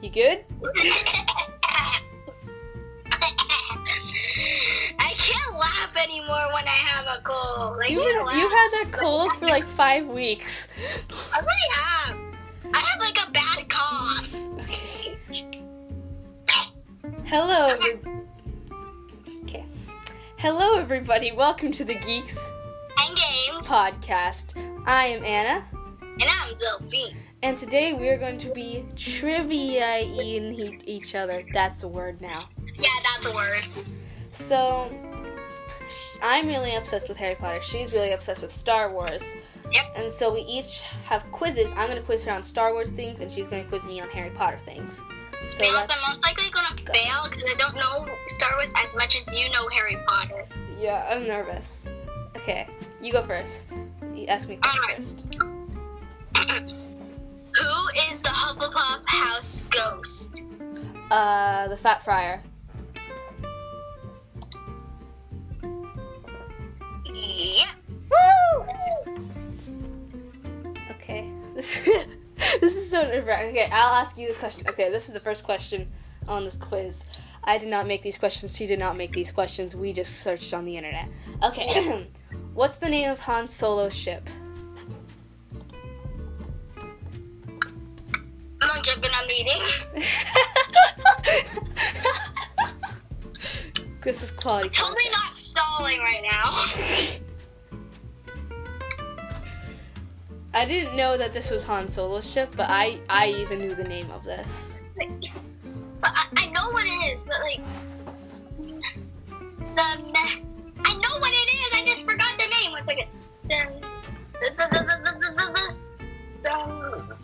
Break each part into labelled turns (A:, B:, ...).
A: You good?
B: I can't laugh anymore when I have a cold. Like,
A: You
B: I
A: were,
B: laugh.
A: you had that cold for like five weeks.
B: I really have. I have like a bad cough.
A: Okay. Hello. every- Okay. Hello, everybody. Welcome to the Geeks
B: And games.
A: Podcast. I am Anna,
B: And I'm Zelfie.
A: and today we are going to be trivia eating each other. That's a word now.
B: Yeah, that's a word.
A: So, sh- I'm really obsessed with Harry Potter. She's really obsessed with Star Wars.
B: Yep.
A: And so we each have quizzes. I'm going to quiz her on Star Wars things, and she's going to quiz me on Harry Potter things. So
B: Fails.
A: that's,
B: I'm most likely gonna fail because I don't know Star Wars as much as you know Harry Potter.
A: yeah, I'm nervous. Okay, you go first. You ask me
B: Alright.
A: first.
B: Who is the Hufflepuff house ghost?
A: Uh, the Fat Friar.
B: Yep.
A: Woo! Okay. this is so nerve wracking. Okay, I'll ask you the question. Okay, this is the first question on this quiz. I did not make these questions. She did not make these questions. We just searched on the internet. Okay. What's the name of Han Solo's ship?
B: I'm not joking. I'm reading.
A: this is quality.
B: Totally
A: content.
B: not stalling right now.
A: I didn't know that this was Han Solo's ship, but I I even knew the name of this.
B: Like, but I, I know what it is. But like the me- I know what it is. I just forgot the name. One second. The the the the the the the, the, the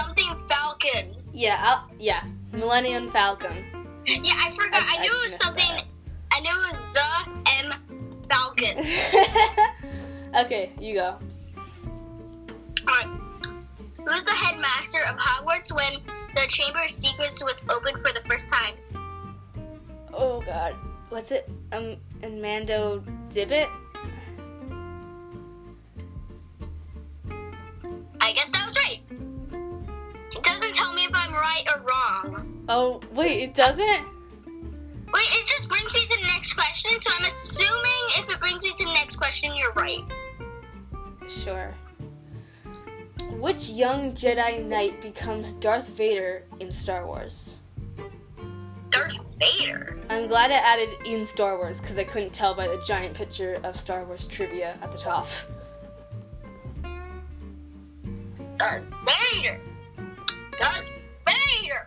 B: something Falcon.
A: Yeah, I'll, yeah, Millennium Falcon.
B: Yeah, I forgot.
A: I-
B: I,
A: I
B: knew it was
A: messed
B: something.
A: that up.
B: I knew it was the M Falcon.
A: okay, you go.
B: Alright. Who was the headmaster of Hogwarts when the Chamber of Secrets was opened for the first time?
A: Oh God, what's it? Um, Amando Dibbit.
B: I guess that was right. It doesn't tell me if I'm right or wrong.
A: Oh wait, it doesn't.
B: Wait, it just brings me to the next question, so I'm assuming if it brings me to the next question, you're right.
A: Sure. Which young Jedi Knight becomes Darth Vader in Star Wars?
B: Darth Vader.
A: I'm glad I added in Star Wars because I couldn't tell by the giant picture of Star Wars trivia at the top.
B: Darth Vader. Darth Vader.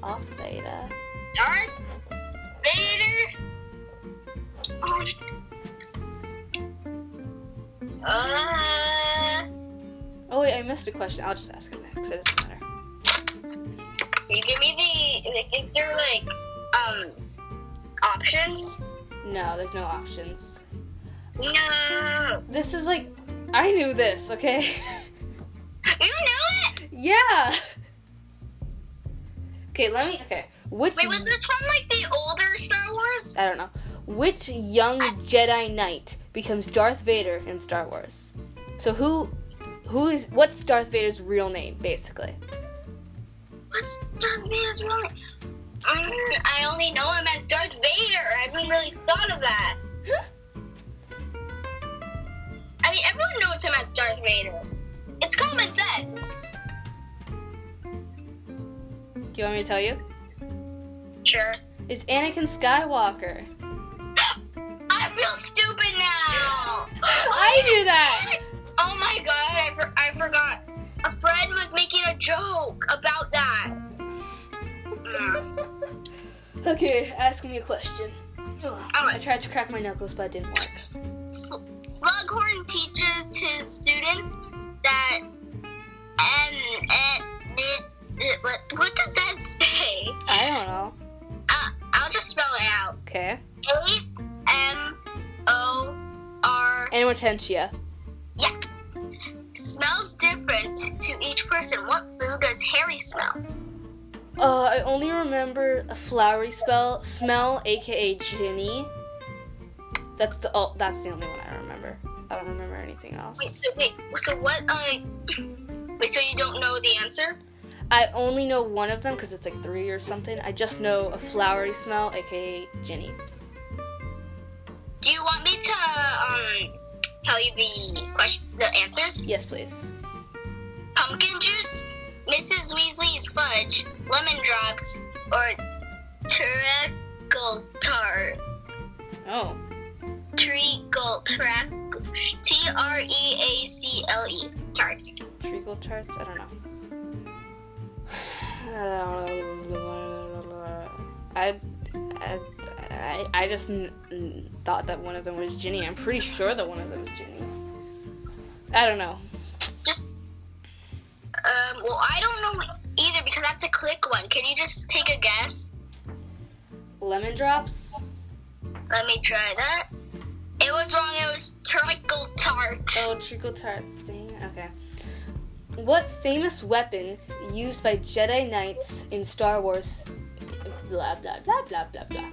A: Darth Vader.
B: Darth Vader. Um, Uh,
A: Oh wait, I missed a question. I'll just ask him next. It doesn't matter.
B: you give me the like, if they're like um options.
A: No, there's no options.
B: No, you knew
A: This is like, I knew this. Okay.
B: it.
A: Yeah. Okay, let me. Okay, which
B: Wait, was this from like the older Star Wars?
A: I don't know. Which young Jedi Knight becomes Darth Vader in Star Wars? So who, who is what's Darth Vader's real name basically?
B: What's Darth Vader's real name? Um, I only know him as Darth Vader. I haven't really thought of that. I mean, everyone knows him as Darth Vader. It's common sense.
A: Do you want me to tell you?
B: Sure.
A: It's Anakin Skywalker.
B: I feel stupid now.
A: I knew that.
B: Oh my god, I, for- I forgot. A friend was making a joke about that. Mm.
A: Okay, ask me a question. Ugh, I
B: Alright.
A: tried to crack my knuckles, but it didn't work.
B: Sl- Slughorn teaches his students that and and it, it, what what does that say?
A: I don't know.
B: Uh, I'll just spell it out.
A: Okay.
B: A M O R.
A: Animatentia.
B: Yeah. Smells different to each person. What food does Harry smell?
A: Uh, I only remember a flowery spell smell, aka Ginny. That's the oh, that's the only one I remember. I don't remember anything else.
B: Wait, so wait, so what? Uh, wait, so you don't know the answer?
A: I only know one of them because it's like three or something. I just know a flowery smell, aka Ginny.
B: Do you want me to um tell you the question, the answers?
A: Yes, please.
B: Pumpkin juice, Mrs. Weasley's fudge, lemon drops, or treacle tart.
A: Oh,
B: Treacle track. T R E A C L E tart.
A: treacle tarts. I don't know. I, I, I, I just n- n- thought that one of them was Ginny. I'm pretty sure that one of them was Ginny. I don't know.
B: Just um. Well, I don't know either because I have to click one. Can you just take a guess?
A: Lemon drops.
B: Let me try that. It was wrong. It was treacle tart.
A: Oh, treacle tarts. Dang. it. Okay. What famous weapon used by Jedi Knights in Star Wars? Blah blah blah blah blah blah.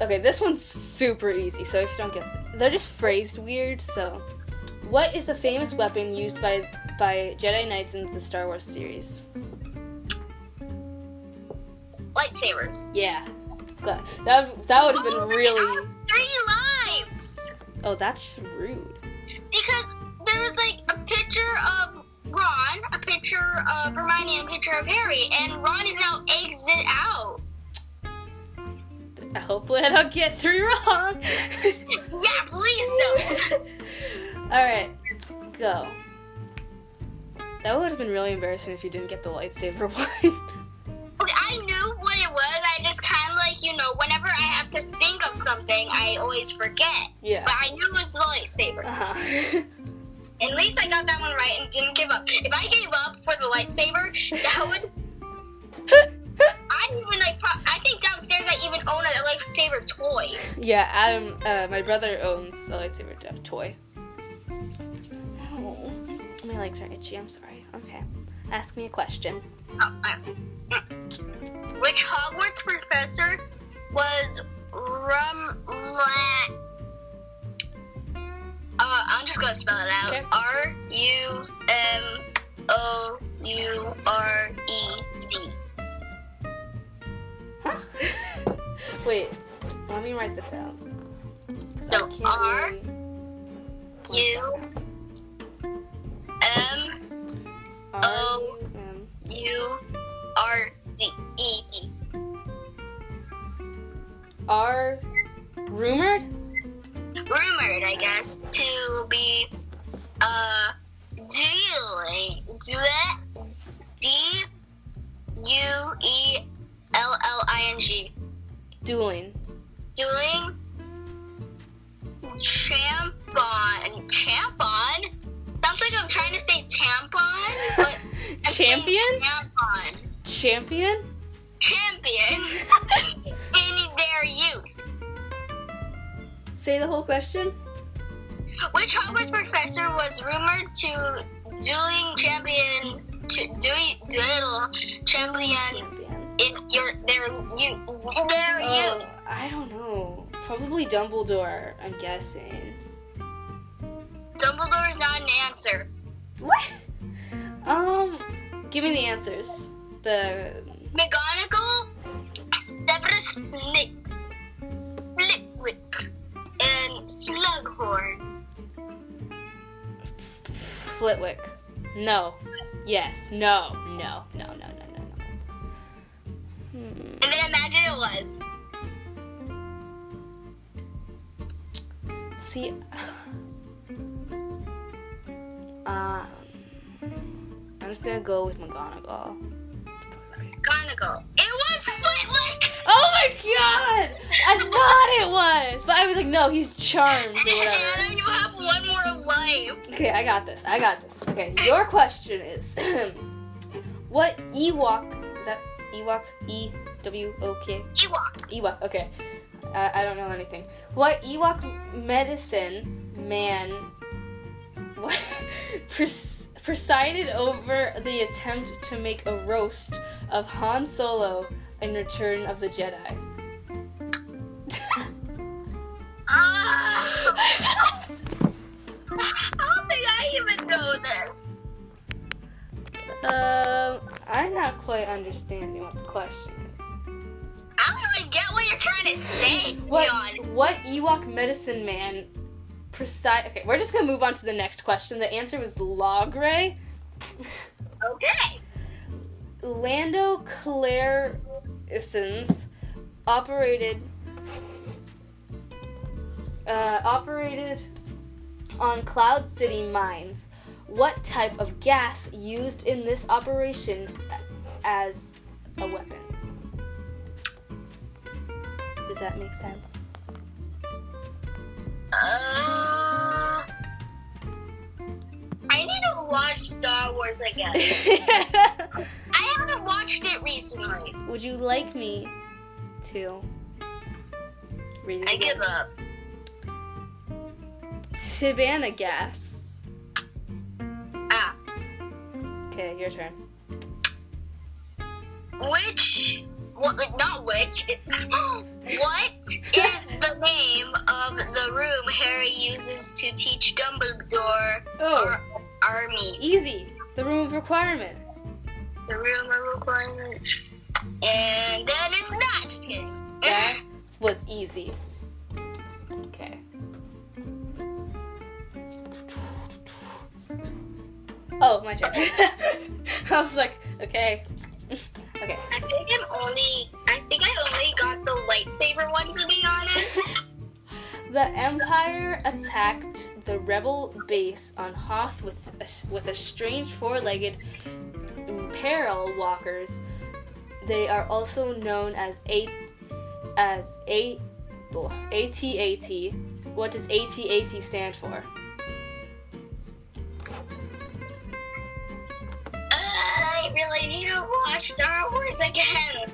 A: Okay, this one's super easy. So if you don't get, they're just phrased weird. So, what is the famous weapon used by by Jedi Knights in the Star Wars series?
B: Lightsabers.
A: Yeah, Gla- that that would have
B: Oh,
A: been
B: they
A: really.
B: have Three lives.
A: Oh, that's just rude.
B: Because there was like a picture of Ron, a picture of Hermione, and a picture of Harry, and Ron is now exit out.
A: Hopefully, I don't get three wrong.
B: Yeah, please don't.
A: Alright, go. That would have been really embarrassing if you didn't get the lightsaber one.
B: Okay, I knew what it was. I just kind of like, you know, whenever I have to think of something, I always forget.
A: yeah.
B: But I knew it was the lightsaber.
A: Uh-huh.
B: At least I got that one right and didn't give up. If I gave up for the lightsaber, that would. I didn't even like. Pro- I think downstairs I even own a lightsaber toy.
A: yeah, Adam, uh, my brother owns a lightsaber t- toy. Oh, my legs are itchy, I'm sorry. Okay, ask me a question.
B: Oh, Which Hogwarts professor was Rumla? Uh, I'm just gonna spell it out.
A: Okay.
B: R U M O U R E D.
A: Huh? Wait, let me write this out. 'Cause I
B: So,
A: can't
B: R-
A: really-
B: U M
A: R-
B: O-
A: U- M-
B: U R D E D.
A: R. Rumored?
B: Rumored, I guess, to be uh dueling due- D U E L L I N G.
A: Dueling.
B: doing champon champon sounds like i'm trying to say tampon but I'm saying
A: Champion?
B: champon
A: Champion?
B: champion in their youth
A: Say the whole question.
B: which hogwarts professor was rumored to dueling champion to doing little champion
A: Champion.
B: in your their you their youth
A: Oh, I don't know. Probably Dumbledore. I'm guessing.
B: dumbledore is not an answer
A: What? Um, give me the answers. The
B: McGonagall, Severus Snape, Flitwick, and Slughorn.
A: Flitwick. No. Yes. No. No. No. No. No. No. No. Hmm.
B: And then imagine it was.
A: See. Um. I'm just gonna go with McGonagall.
B: McGonagall. It was Flitwick!
A: Oh my god! I thought it was, but I was like, no, he's charmed or whatever.
B: Anna, you have one more life.
A: Okay, I got this. I got this. Okay, your question is what Ewok is that Ewok E W O K
B: Ewok.
A: Ewok. Okay, uh, I don't know anything. What Ewok medicine man what, pres- presided over the attempt to make a roast of Han Solo in Return of the Jedi?
B: Ah! I don't think I even know this.
A: Um, I quite understanding what the question is.
B: I don't really get what you're trying to say. to be
A: What
B: honest.
A: what Ewok medicine man precise Okay, we're just going to move on to the next question. The answer was Logray.
B: Okay.
A: Lando Clarisons operated uh, operated on Cloud City mines. What type of gas used in this operation a- as a weapon? Does that make sense?
B: Uh, I need to watch Star Wars again. I haven't watched it recently.
A: Would you like me to read it?
B: I
A: again?
B: give up.
A: Chibana gas.
B: Ah,
A: Okay, your turn.
B: which? What? Not which. it- what is the name of the room Harry uses to teach Dumbledore
A: Oh,
B: our army?
A: easy. The room of requirement.
B: The room of requirement. And then it's not. Just kidding.
A: That was easy. Okay. Oh, my turn. I was like, okay. Okay.
B: I think I'm only. I think I only got the lightsaber one to be honest.
A: The Empire attacked the rebel base on Hoth with a, with a strange four-legged peril walkers. They are also known as a as a ugh, ATAT. What does ATAT stand for?
B: I really need to watch Star Wars again.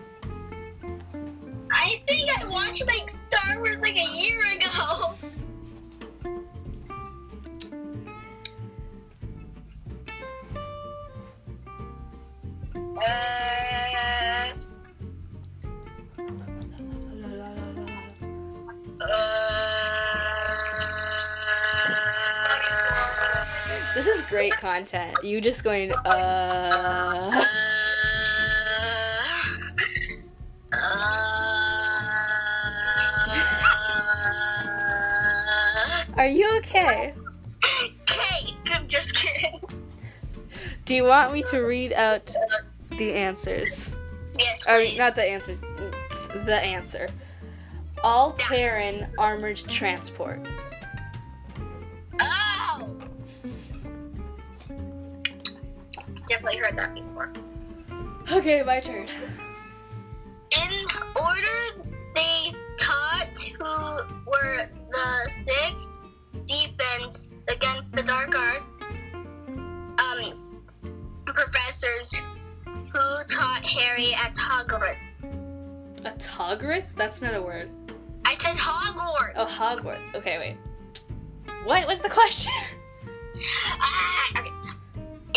B: I think I watched like Star Wars like a year ago. Uh, uh,
A: This is great content. You just going uh
B: Cake.
A: Are you okay?
B: I'm just kidding.
A: Do you want me to read out the answers?
B: Yes,
A: Or
B: please.
A: not the answers. The answer. All Terran armored transport.
B: Oh! Definitely heard that before.
A: Okay, my turn.
B: in order they taught who were the six defense against the dark arts um, professors who taught harry at hogwarts
A: A Togritz? That's not a word.
B: i said hogwarts
A: Oh, Hogwarts. Okay, wait. What was the question?
B: Ah, okay.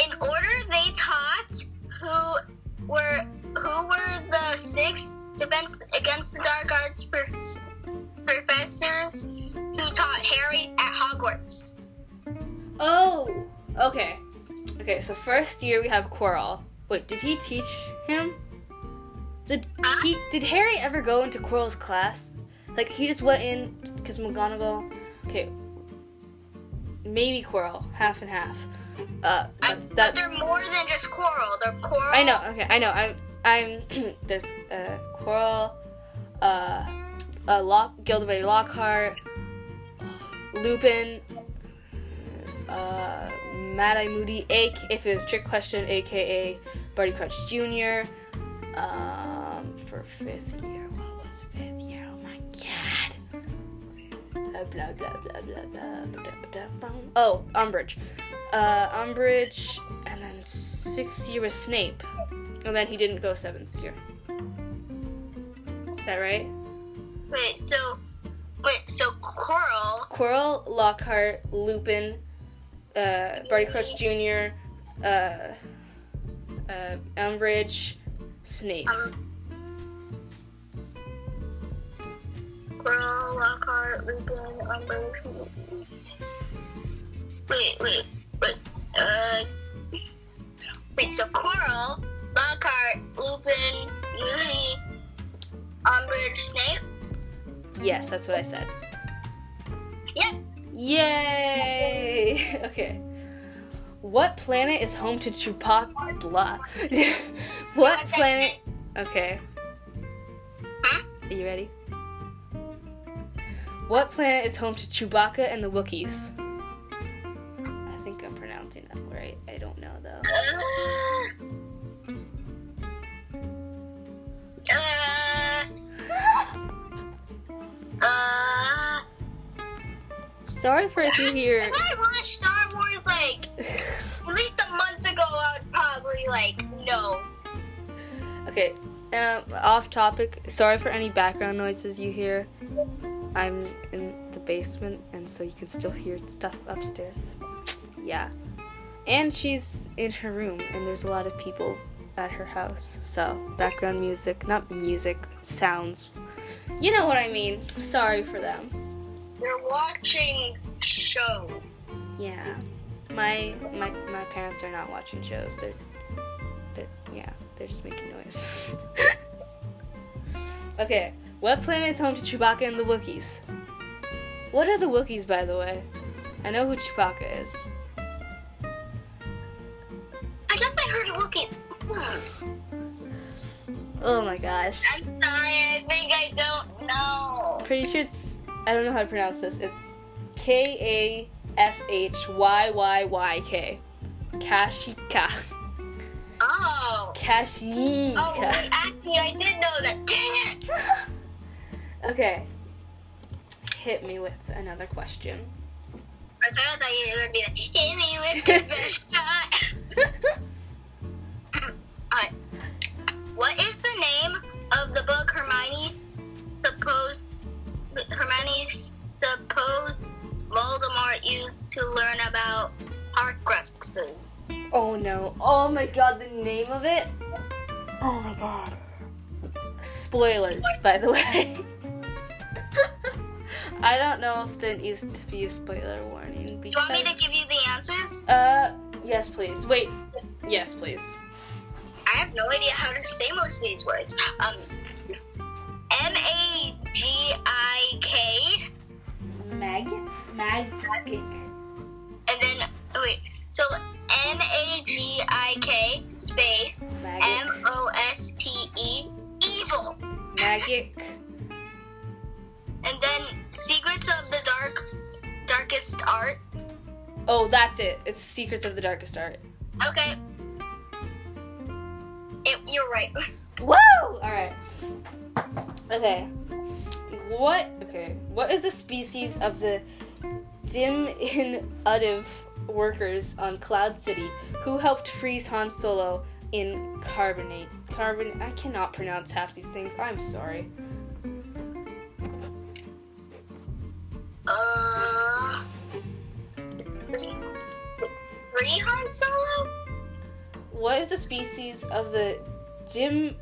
B: in order they taught who were who were the six defense against the dark arts prof- professors who taught harry at hogwarts
A: Oh, okay. Okay, so first year we have Quirrell. Wait, did he teach him? Did he? Did Harry ever go into Quirrell's class? Like he just went in because McGonagall. Okay, maybe Quirrell, half and half. Uh,
B: I,
A: that's,
B: but
A: that.
B: they're more than just Quirrell. They're Quirrell.
A: I know. Okay, I know. I'm. I'm. there's uh, Quirrell, uh, uh, Lock, Gilderoy Lockhart, Lupin, uh, Mad Eye Moody, a, if it was trick question, aka Barty Crouch Jr. Um, for fifth year, what was fifth year? Oh my god. Uh, Blah blah blah blah blah. blah, blah, blah. Oh, Umbridge. Uh, Umbridge, and then sixth year was Snape, and then he didn't go seventh year. Is that right?
B: Wait, so wait, so Quirrell.
A: Quirrell, Lockhart, Lupin, uh, Barty Crouch Jr., uh, uh, Umbridge, Snape.
B: Um, Quirrell, Lockhart, Lupin, Umbridge. Wait, wait, wait. Uh, wait. So Quirrell, Lockhart, Lupin, Mooney, Umbridge, Snape.
A: Yes, that's what I said.
B: Yep.
A: Yay! Okay. What planet is home to Chupacabra? Blah. what planet? Okay.
B: Huh?
A: Are you ready? What planet is home to Chewbacca and the Wookiees? I think I'm pronouncing that right. I don't know though.
B: Uh, uh, uh,
A: Sorry for if you hear.
B: If I watched Star Wars like at least a month ago, I would probably like know.
A: okay. Um, off topic. Sorry for any background noises you hear. I'm in the basement, and so you can still hear stuff upstairs. Yeah. And she's in her room, and there's a lot of people at her house. So, background music, not music, sounds. You know what I mean. Sorry for them.
B: You're watching shows.
A: Yeah, my my my parents are not watching shows. They're, they're yeah, they're just making noise. okay, what planet is home to Chewbacca and the Wookiees? What are the Wookiees, by the way? I know who Chewbacca is.
B: I definitely heard a Wookiee. Hmm.
A: Oh my gosh,
B: I'm sorry, I think I don't know.
A: pretty sure it's I don't know how to pronounce this. It's K A S H Y Y Y K, Kashika,
B: Oh.
A: Kashika.
B: Oh, wait, actually, I did know that. Dang it!
A: okay. Hit me with another question.
B: I thought that you were gonna be like, hit me with the best shot. Alright. Uh, What is the name of the book Hermione supposed Hermione's supposed Voldemort used to learn about Horcruxes?
A: oh no. Oh my god, the name of it? Oh my god. Spoilers, by the way. I don't know if there needs to be a spoiler warning
B: You want me to
A: because.
B: give you the answers?
A: Uh, yes, please. Wait. Yes, please.
B: I have no idea how to say most of these words. Um, M A G I K,
A: Maggot? Magic.
B: and then oh wait, so M A G I K space M
A: Magic.
B: O S T E evil.
A: Magic.
B: And then Secrets of the Dark Darkest Art.
A: Oh, that's it. It's Secrets of the Darkest Art.
B: Okay. It, you're right.
A: Woo! Alright. Okay. What okay. What is the species of the dim in Udiv workers on Cloud City who helped freeze Han Solo in carbonate carbon I cannot pronounce half these things. I'm sorry.
B: Uh three, three Han Solo?
A: What is the species of the Jim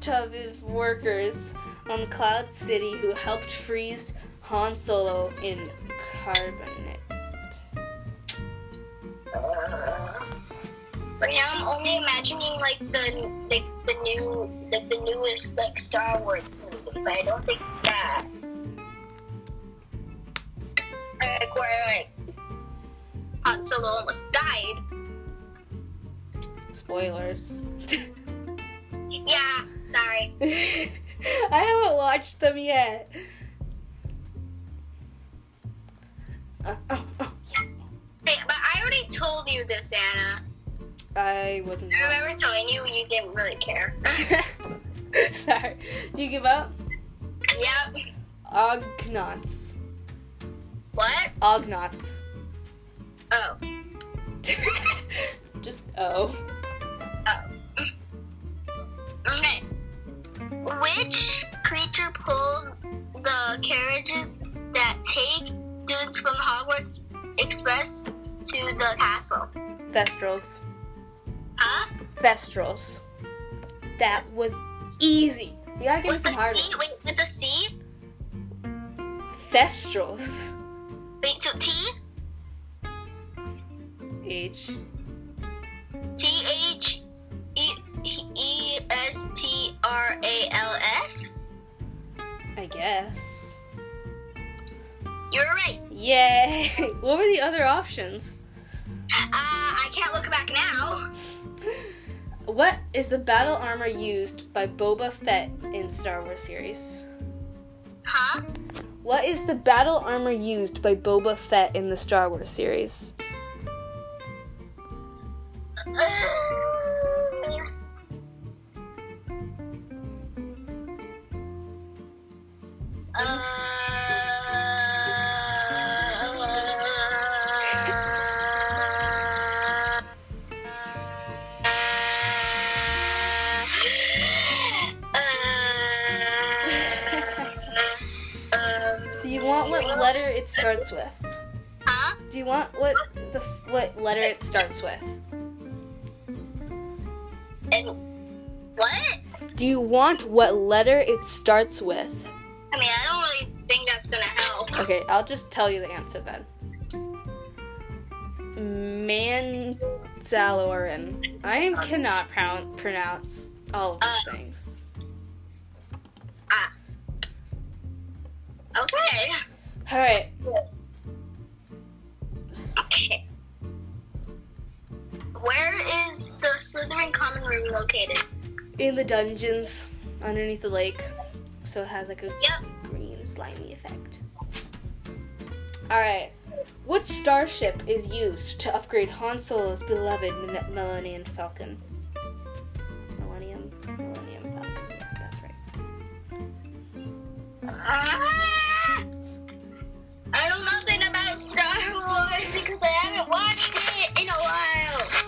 A: Taviv workers on Cloud City who helped freeze Han Solo in carbonate?
B: Uh, right now I'm only imagining like the like the new like the newest like Star Wars movie, but I don't think that like where like Han Solo almost died.
A: Spoilers.
B: Yeah, sorry.
A: I haven't watched them yet. Uh, oh, oh.
B: Hey, but I already told you this, Anna.
A: I wasn't.
B: I remember telling you you didn't really care.
A: Sorry. Do you give up?
B: yep.
A: Ognots.
B: What?
A: Ognots.
B: Oh.
A: Just oh.
B: Oh. Okay. Which creature pulled the carriages that take students from Hogwarts Express to the castle?
A: Thestrals.
B: Huh?
A: Thestrals. That was easy. You gotta give me
B: With the
A: some hard
B: C?
A: ones.
B: Wait, with the C?
A: Thestrals.
B: Wait, so T?
A: H.
B: T H E E S T R A L S?
A: I guess.
B: You're right.
A: Yay! what were the other options?
B: Uh, I can't look back now.
A: What is the battle armor used by Boba Fett in Star Wars series?
B: Huh?
A: What is the battle armor used by Boba Fett in the Star Wars series?
B: Uh,
A: Do you want what letter it starts with?
B: Huh?
A: Do you want what the f- what letter it starts with?
B: And what?
A: Do you want what letter it starts with?
B: I mean, I don't really think that's gonna help.
A: Okay, I'll just tell you the answer then. Mandalorian. I cannot proun- pronounce all of these things.
B: Ah. Okay.
A: All right.
B: Okay. Where is the Slytherin common room located?
A: in the dungeons underneath the lake, so it has like a
B: Yep.
A: green slimy effect. All right, which starship is used to upgrade Han Solo's beloved Mil- Millennium Falcon? Millennium, Millennium Falcon. Yeah, that's right.
B: Ah! I don't know nothing about Star Wars because I haven't watched it in a while.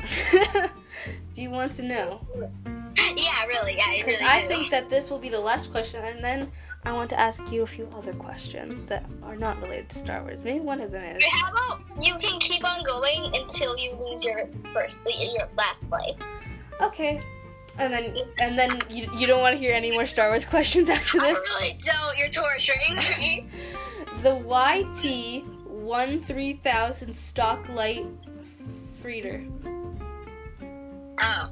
A: Do you want to know?
B: Yeah, really. Yeah, I
A: Because
B: really
A: I
B: do.
A: think that this will be the last question, and then I want to ask you a few other questions that are not related to Star Wars. Maybe one of them is.
B: How about you can keep on going until you lose your first, your last play?
A: Okay. And then and then you, you don't want to hear any more Star Wars questions after
B: I
A: this.
B: really don't. You're torturing me.
A: The YT one three thousand stock light reader.
B: oh.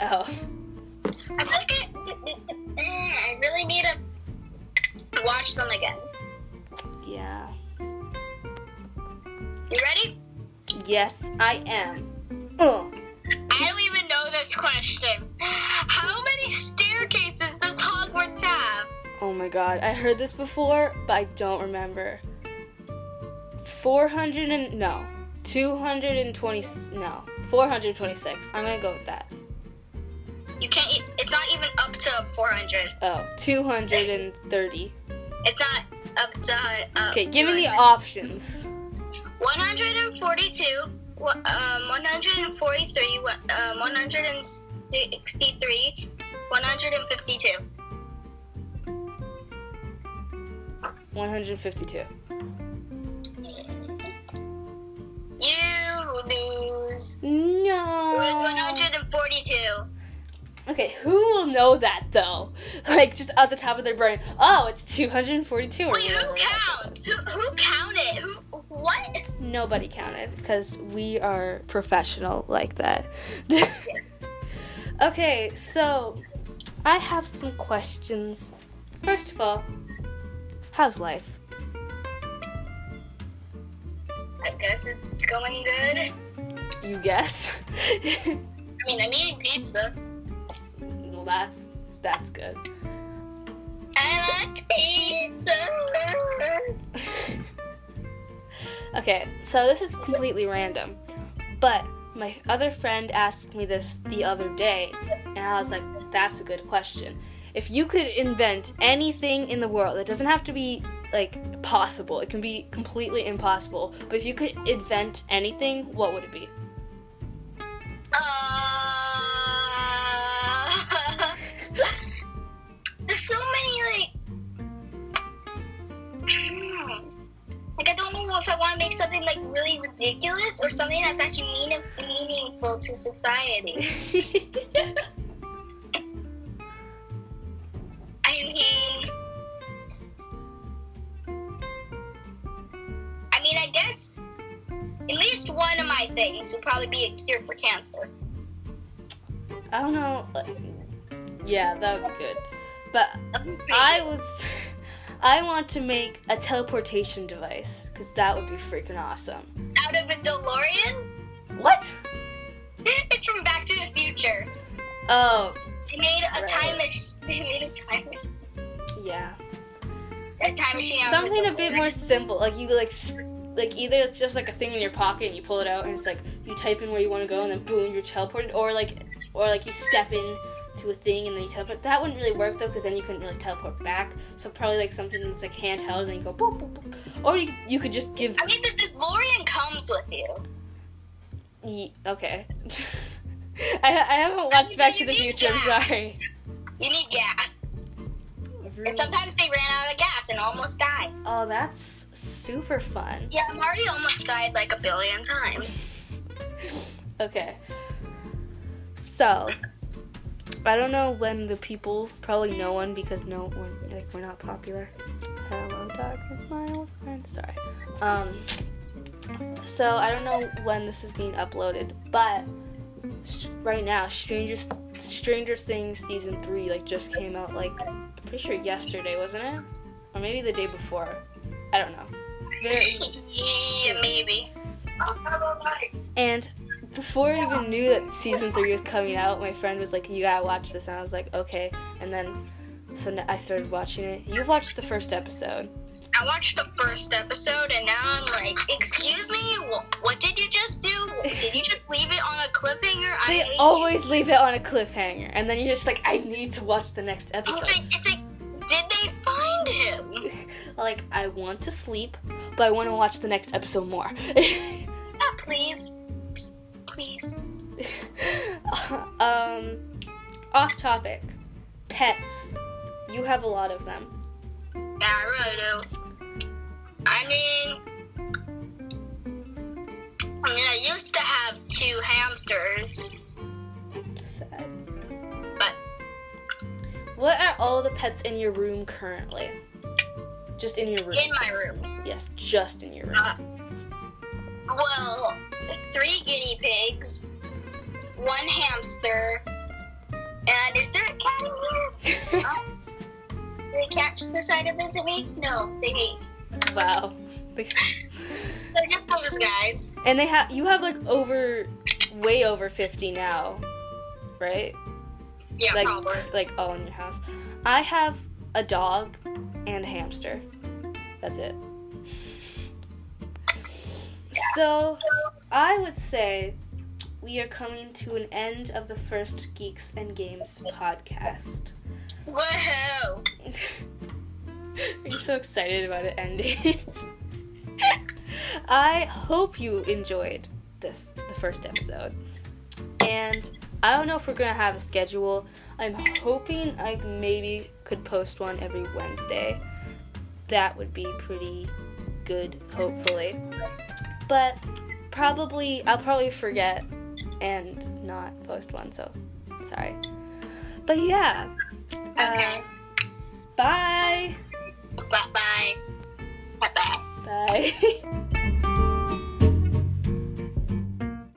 A: Oh.
B: I feel like I, d- d- d- eh, I really need to watch them again.
A: Yeah.
B: You ready?
A: Yes, I am. Oh.
B: I don't even know this question. How many staircases does Hogwarts have?
A: Oh my god. I heard this before, but I don't remember. 400 and no. 220 no. 426. I'm going to go with that.
B: You can't. e- It's not even up to 400.
A: Oh, 230.
B: It's not up to. Uh,
A: Okay, give me the
B: 200.
A: options.
B: 142, wha- um, 143, wha- um, 163, 152.
A: 152.
B: You lose.
A: No.
B: 142.
A: Okay, who will know that though? Like just at the top of their brain. Oh, it's 242 or
B: Wait, who
A: whatever.
B: counts? Who, who counted? Who, what?
A: Nobody counted because we are professional like that. okay, so I have some questions. First of all, how's life?
B: I guess it's going good. I
A: You guess.
B: mean, I'm eating pizza.
A: well, that's that's good.
B: I like pizza.
A: Okay, so this is completely random, but my other friend asked me this the other day, and I was like, that's a good question. If you could invent anything in the world, it doesn't have to be like possible, it can be completely impossible, but if you could invent anything, what would it be?
B: Uh, there's so many, like. I don't know. Like, I don't know if I want to make something, like, really ridiculous or something that's actually mean- meaningful to society. I mean, I mean, I guess at least one of my five things would probably be a cure for cancer.
A: I don't know. like- Yeah, that would be good. But I was. I want to make a teleportation device because that would be freaking awesome.
B: out of a DeLorean.
A: What?
B: It's from Back to the Future.
A: Oh,
B: They made a
A: Right.
B: time machine. They made a time machine.
A: yeah.
B: A time machine. out of
A: Something a bit
B: DeLorean.
A: more simple. Like you like s- like either it's just like a thing in your pocket and you pull it out and it's like you type in where you want to go and then boom you're teleported or like or like you step in to a thing and then you teleport. That wouldn't really work though because then you couldn't really teleport back. So probably like something that's like handheld and you go boop boop boop. Or you you could just give
B: I mean, the DeLorean comes with you.
A: Ye- okay. I, I haven't watched Back to the Future. I'm sorry.
B: You need gas.
A: Mm.
B: And sometimes they ran out of gas and almost died.
A: Oh, that's super fun.
B: Yeah, Marty almost died like a billion times.
A: Okay. So, I don't know when the people, probably no one, because no one, like, we're not popular. Hello, darkness, my old friend. Sorry. Um, so, I don't know when this is being uploaded, but s- right now, Stranger, Stranger Things Season 3, like, just came out, like, I'm pretty sure yesterday, wasn't it? Or maybe the day before. I don't know. Very,
B: yeah, maybe.
A: and before I even knew that season three was coming out, my friend was like, "You gotta watch this," and I was like, "Okay." And then, so n- I started watching it. You watched the first episode.
B: I watched the first episode and now I'm like, excuse me, what, what did you just do? Did you just leave it on a cliffhanger? I
A: They
B: hate you."
A: always leave it on a cliffhanger, and then you're just like, "I need to watch the next
B: It's
A: episode."
B: like, it's like, did they find him?
A: Like, I want to sleep, but I want to watch the next episode more.
B: Yeah, Oh, please, please.
A: um, off topic. Pets. You have a lot of them.
B: Yeah, I really do. I mean, I mean, I used to have two hamsters,
A: Sad.
B: but
A: What are all the pets in your room currently? Just in your room.
B: in my room,
A: Yes, just in your room.
B: uh, well, three guinea pigs, one hamster, and is there a cat in here? Oh. Did they catch the sign to visit me? No, they hate. me.
A: wow. They-
B: They're just those guys.
A: And they have you have like over way over 50 now. Right?
B: Yeah,
A: Like
B: probably.
A: like all in your house. I have a dog and a hamster. That's it. So, I would say we are coming to an end of the first Geeks and Games podcast.
B: Whoa!
A: I'm so excited about it ending. I hope you enjoyed this the first episode. And I don't know if we're gonna have a schedule. I'm hoping I maybe could post one every Wednesday. That would be pretty good, hopefully. But probably I'll probably forget and not post one, so sorry. But yeah. uh,
B: Okay.
A: bye.
B: Bye bye. Bye bye.
A: Bye.